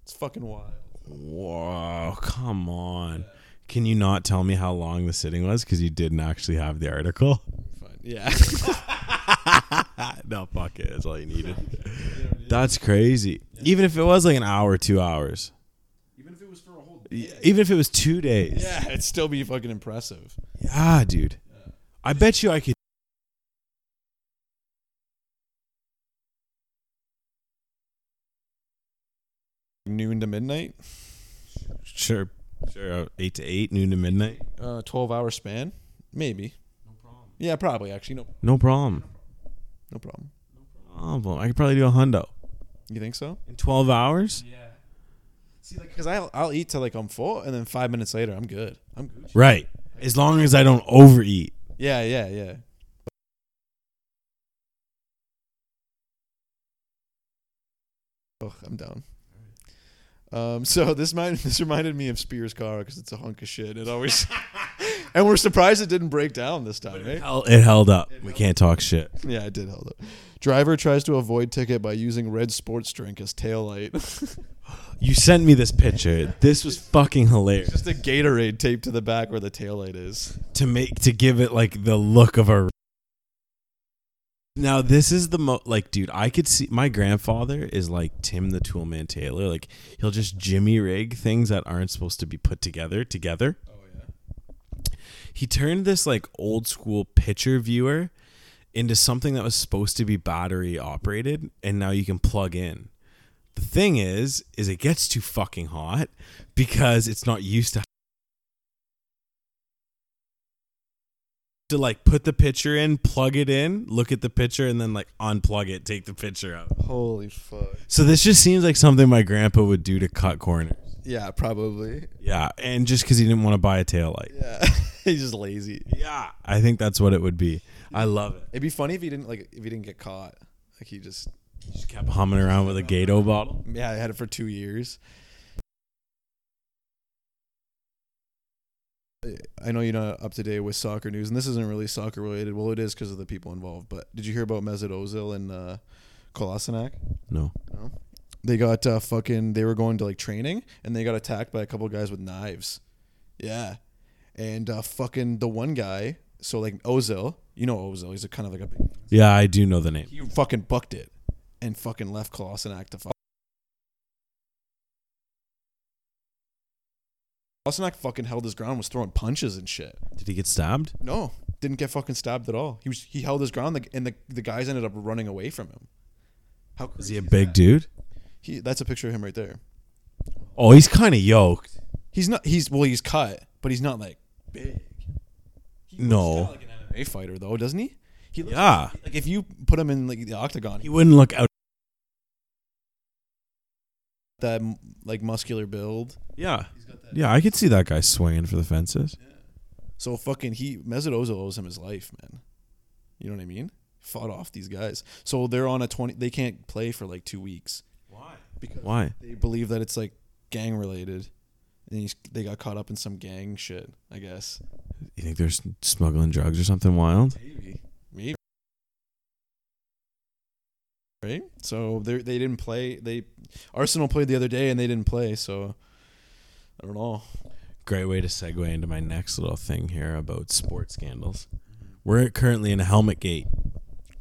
It's fucking wild.
Whoa, come on. Can you not tell me how long the sitting was? Because you didn't actually have the article. [laughs]
Fine. Yeah.
no, fuck it. That's all you needed. That's crazy. Even if it was like an hour, two hours.
Even if it was for a whole
E- Even if it was two days.
[laughs] Yeah, [laughs] it'd still be fucking impressive.
Yeah, dude. I bet you I could.
Noon to midnight,
Sure. Sure. uh, Eight to eight, noon to midnight.
uh, 12 hour span, maybe. No problem. Yeah, probably actually. No,
No problem.
no problem.
No problem. I could probably do a hundo
You think so?
in 12 hours.
See, like, cause I'll I'll eat till like I'm full, and then five minutes later I'm good. I'm good.
Right. As long as I don't overeat.
Yeah, yeah, yeah. Oh, I'm down. Um, so [laughs] this mind this reminded me of Spears' car because it's a hunk of shit. It always, and we're surprised it didn't break down this time, right?
Hell, It held up. We can't talk shit.
Yeah, it did hold up. Driver tries to avoid ticket by using red sports drink as taillight.
You sent me this picture. This was fucking hilarious.
Just a Gatorade taped to the back where the taillight is.
to make to give it like the look of a now this is the mo like dude i could see my grandfather is like tim the toolman taylor like he'll just jimmy rig things that aren't supposed to be put together together
Oh yeah.
he turned this like old school picture viewer into something that was supposed to be battery operated and now you can plug in the thing is is it gets too fucking hot because it's not used to to like put the picture in, plug it in, look at the picture, and then like unplug it, take the picture out.
Holy fuck.
So this just seems like something my grandpa would do to cut corners.
Yeah, probably.
Yeah, and just because he didn't want to buy a taillight.
Yeah. [laughs] He's just lazy.
Yeah, I think that's what it would be. I love it.
It'd be funny if he didn't like if he didn't get caught. Like he just
He just kept humming around with a Gato bottle.
yeah, I had it for two years. I know you're not up to date with soccer news, and this isn't really soccer related. Well, it is because of the people involved. But did you hear about Mesut Ozil and uh, Kolasinac?
No.
No. They got uh, fucking. They were going to like training, and they got attacked by a couple guys with knives. Yeah, and uh, fucking the one guy. So like Ozil, you know Ozil. He's a kind of like a big
Yeah, I do know the name.
you fucking bucked it and fucking left Kolosinac to fuck. Kolosinac fucking held his ground, was throwing punches and shit.
Did he get stabbed?
No, didn't get fucking stabbed at all. He was he held his ground, and the the guys ended up running away from him. How
Is
crazy
he a
is
big
that?
dude?
He that's a picture of him right there.
Oh, he's kind of yoked.
He's not. He's well, he's cut, but he's not like big. He looks
No.
kinda like an MMA fighter though, doesn't he? He looks
Yeah.
like if you put him in like the octagon,
He wouldn't look out.
that like muscular build.
Yeah. Yeah, I could see that guy swinging for the fences.
So fucking he Mesut Ozil owes him his life, man. You know what I mean? Fought off these guys, so they're on a twenty. They can't play for like two weeks
Why?
because
Why?
they believe that it's like gang related, and he's, they got caught up in some gang shit. I guess
You think they're s- smuggling drugs or something wild?
maybe maybe right. So they they didn't play. They Arsenal played the other day and they didn't play. So I don't know.
Great way to segue into my next little thing here about sports scandals. We're currently in Helmet Gate.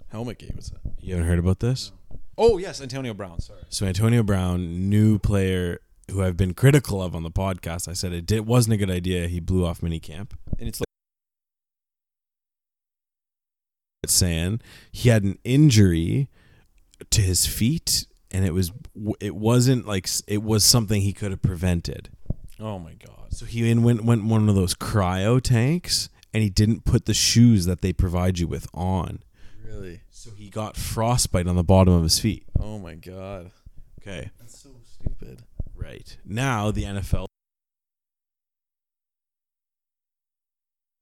Helmet game was that?
You haven't heard about this?
Oh yes, Antonio Brown. Sorry.
So Antonio Brown, new player who I've been critical of on the podcast, I said it did, wasn't a good idea. He blew off minicamp.
And it's
It's saying he had an injury to his feet, and it was it wasn't like s- it was something he could have prevented.
like, oh my god.
So he in went went in one of those cryo tanks, and he didn't put the shoes that they provide you with on.
Really?
So he got frostbite on the bottom of his feet.
Oh my god.
Okay,
That's so stupid.
right now the NFL.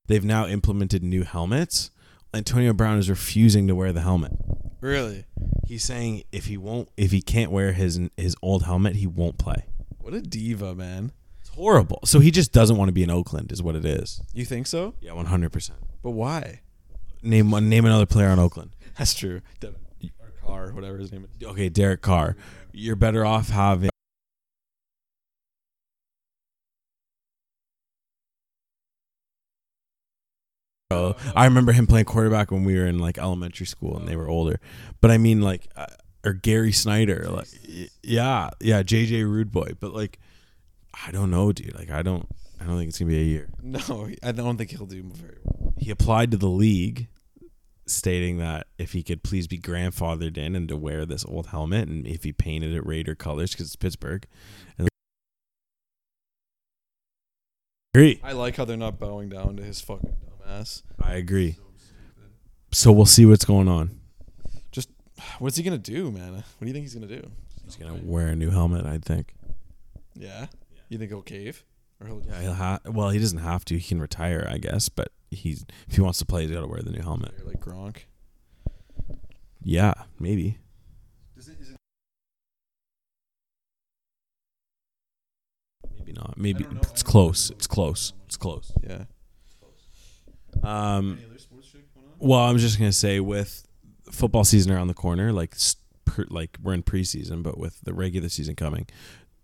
They've now implemented new helmets. Antonio Brown is refusing to wear the helmet.
Really?
He's saying if he won't, if he can't wear his his old helmet, he won't play.
What a diva, man.
It's horrible. So he just doesn't want to be in Oakland, is what it is.
You think so?
Yeah, one hundred percent.
But why?
Name one. Name another player on Oakland.
That's true. Devin, or Carr, whatever his name is.
Okay, Derek Carr. You're better off having Oh, I remember him playing quarterback when we were in like elementary school and they were older. But I mean like uh, or Gary Snyder like y- yeah, yeah, JJ Rude Boy, but like I don't know, dude. Like I don't I don't think it's going to be a year.
No, I don't think he'll do very well.
He applied to the league stating that if he could please be grandfathered in and to wear this old helmet and if he painted it Raider colors cuz it's Pittsburgh. And Agree.
I like how they're not bowing down to his fucking dumbass. [sighs]
I agree. So we'll see what's going on.
What's he gonna do, man? What do you think he's gonna do?
He's going to wear a new helmet, I think.
Yeah. You think he'll cave? Or he'll
Yeah,
[laughs]
he'll ha- well, he doesn't have to. He can retire, I guess. But he's if he wants to play, he's got to wear the new helmet.
Or like Gronk?
Yeah, maybe. Maybe not. Maybe it's close. It's close. It's close.
Yeah.
Um, well, I'm just gonna say with football season around the corner, like s- per, like we're in preseason, but with the regular season coming,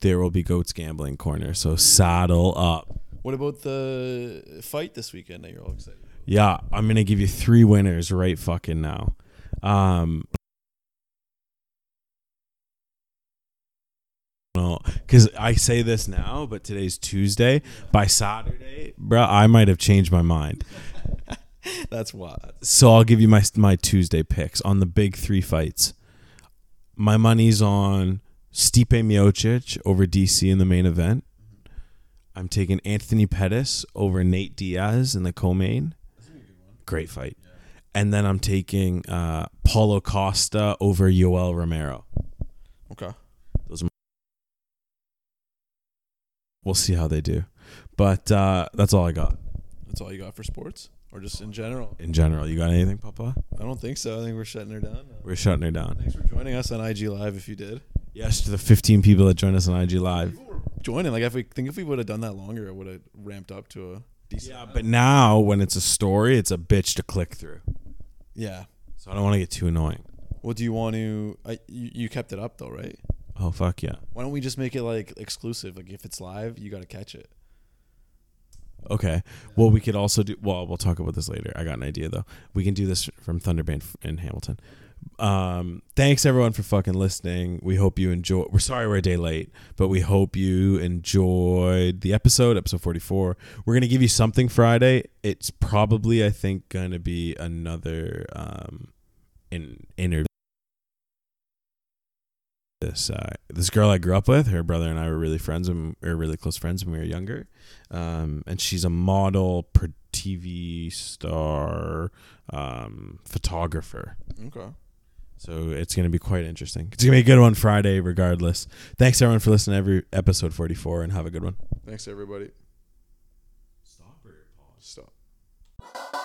there will be goats gambling corner. So saddle up.
What about the fight this weekend that you're all excited about? [laughs]
Yeah, I'm gonna give you three winners right fucking now. Um No, because I say this now, but today's Tuesday. By Saturday, bro, I might have changed my mind.
That's wild.
So I'll give you my my Tuesday picks on the big three fights. My money's on Stipe Miocic over DC in the main event. I'm taking Anthony Pettis over Nate Diaz in the co-main. Great fight. And then I'm taking uh, Paulo Costa over Yoel Romero.
Okay.
We'll see how they do. But uh, that's all I got
That's all you got for sports, or just in general?
in general. You got anything, Papa?
I don't think so. I think we're shutting her down. Uh,
We're shutting her down.
Thanks for joining us on IG Live. If you did
Yes to the 15 people that joined us on IG Live.
join in, like if we think if we would have done that longer, it would have ramped up to a decent.
Yeah, but now when it's a story, it's a bitch to click through.
Yeah.
So I don't want to get too annoying.
Well, do you want to? I, you, you kept it up though, right?
Oh fuck yeah.
Why don't we just make it like exclusive? Like if it's live, you got to catch it.
Okay. Well, we could also do. Well, we'll talk about this later. I got an idea though. We can do this from Thunderband f- in Hamilton. Um, thanks everyone for fucking listening. We hope you enjoy. We're sorry we're a day late, but we hope you enjoyed the episode, episode forty-four. We're gonna give you something Friday. It's probably, I think, gonna be another um, in interview. This uh, this girl I grew up with, her brother and I were really friends, and we were really close friends when we were younger um, and she's a model, pro- TV star, um, photographer.
Okay.
So it's going to be quite interesting. It's going to be a good one Friday, regardless. Thanks everyone for listening to every episode 44, and have a good one.
Thanks everybody. Stop or pause. Stop.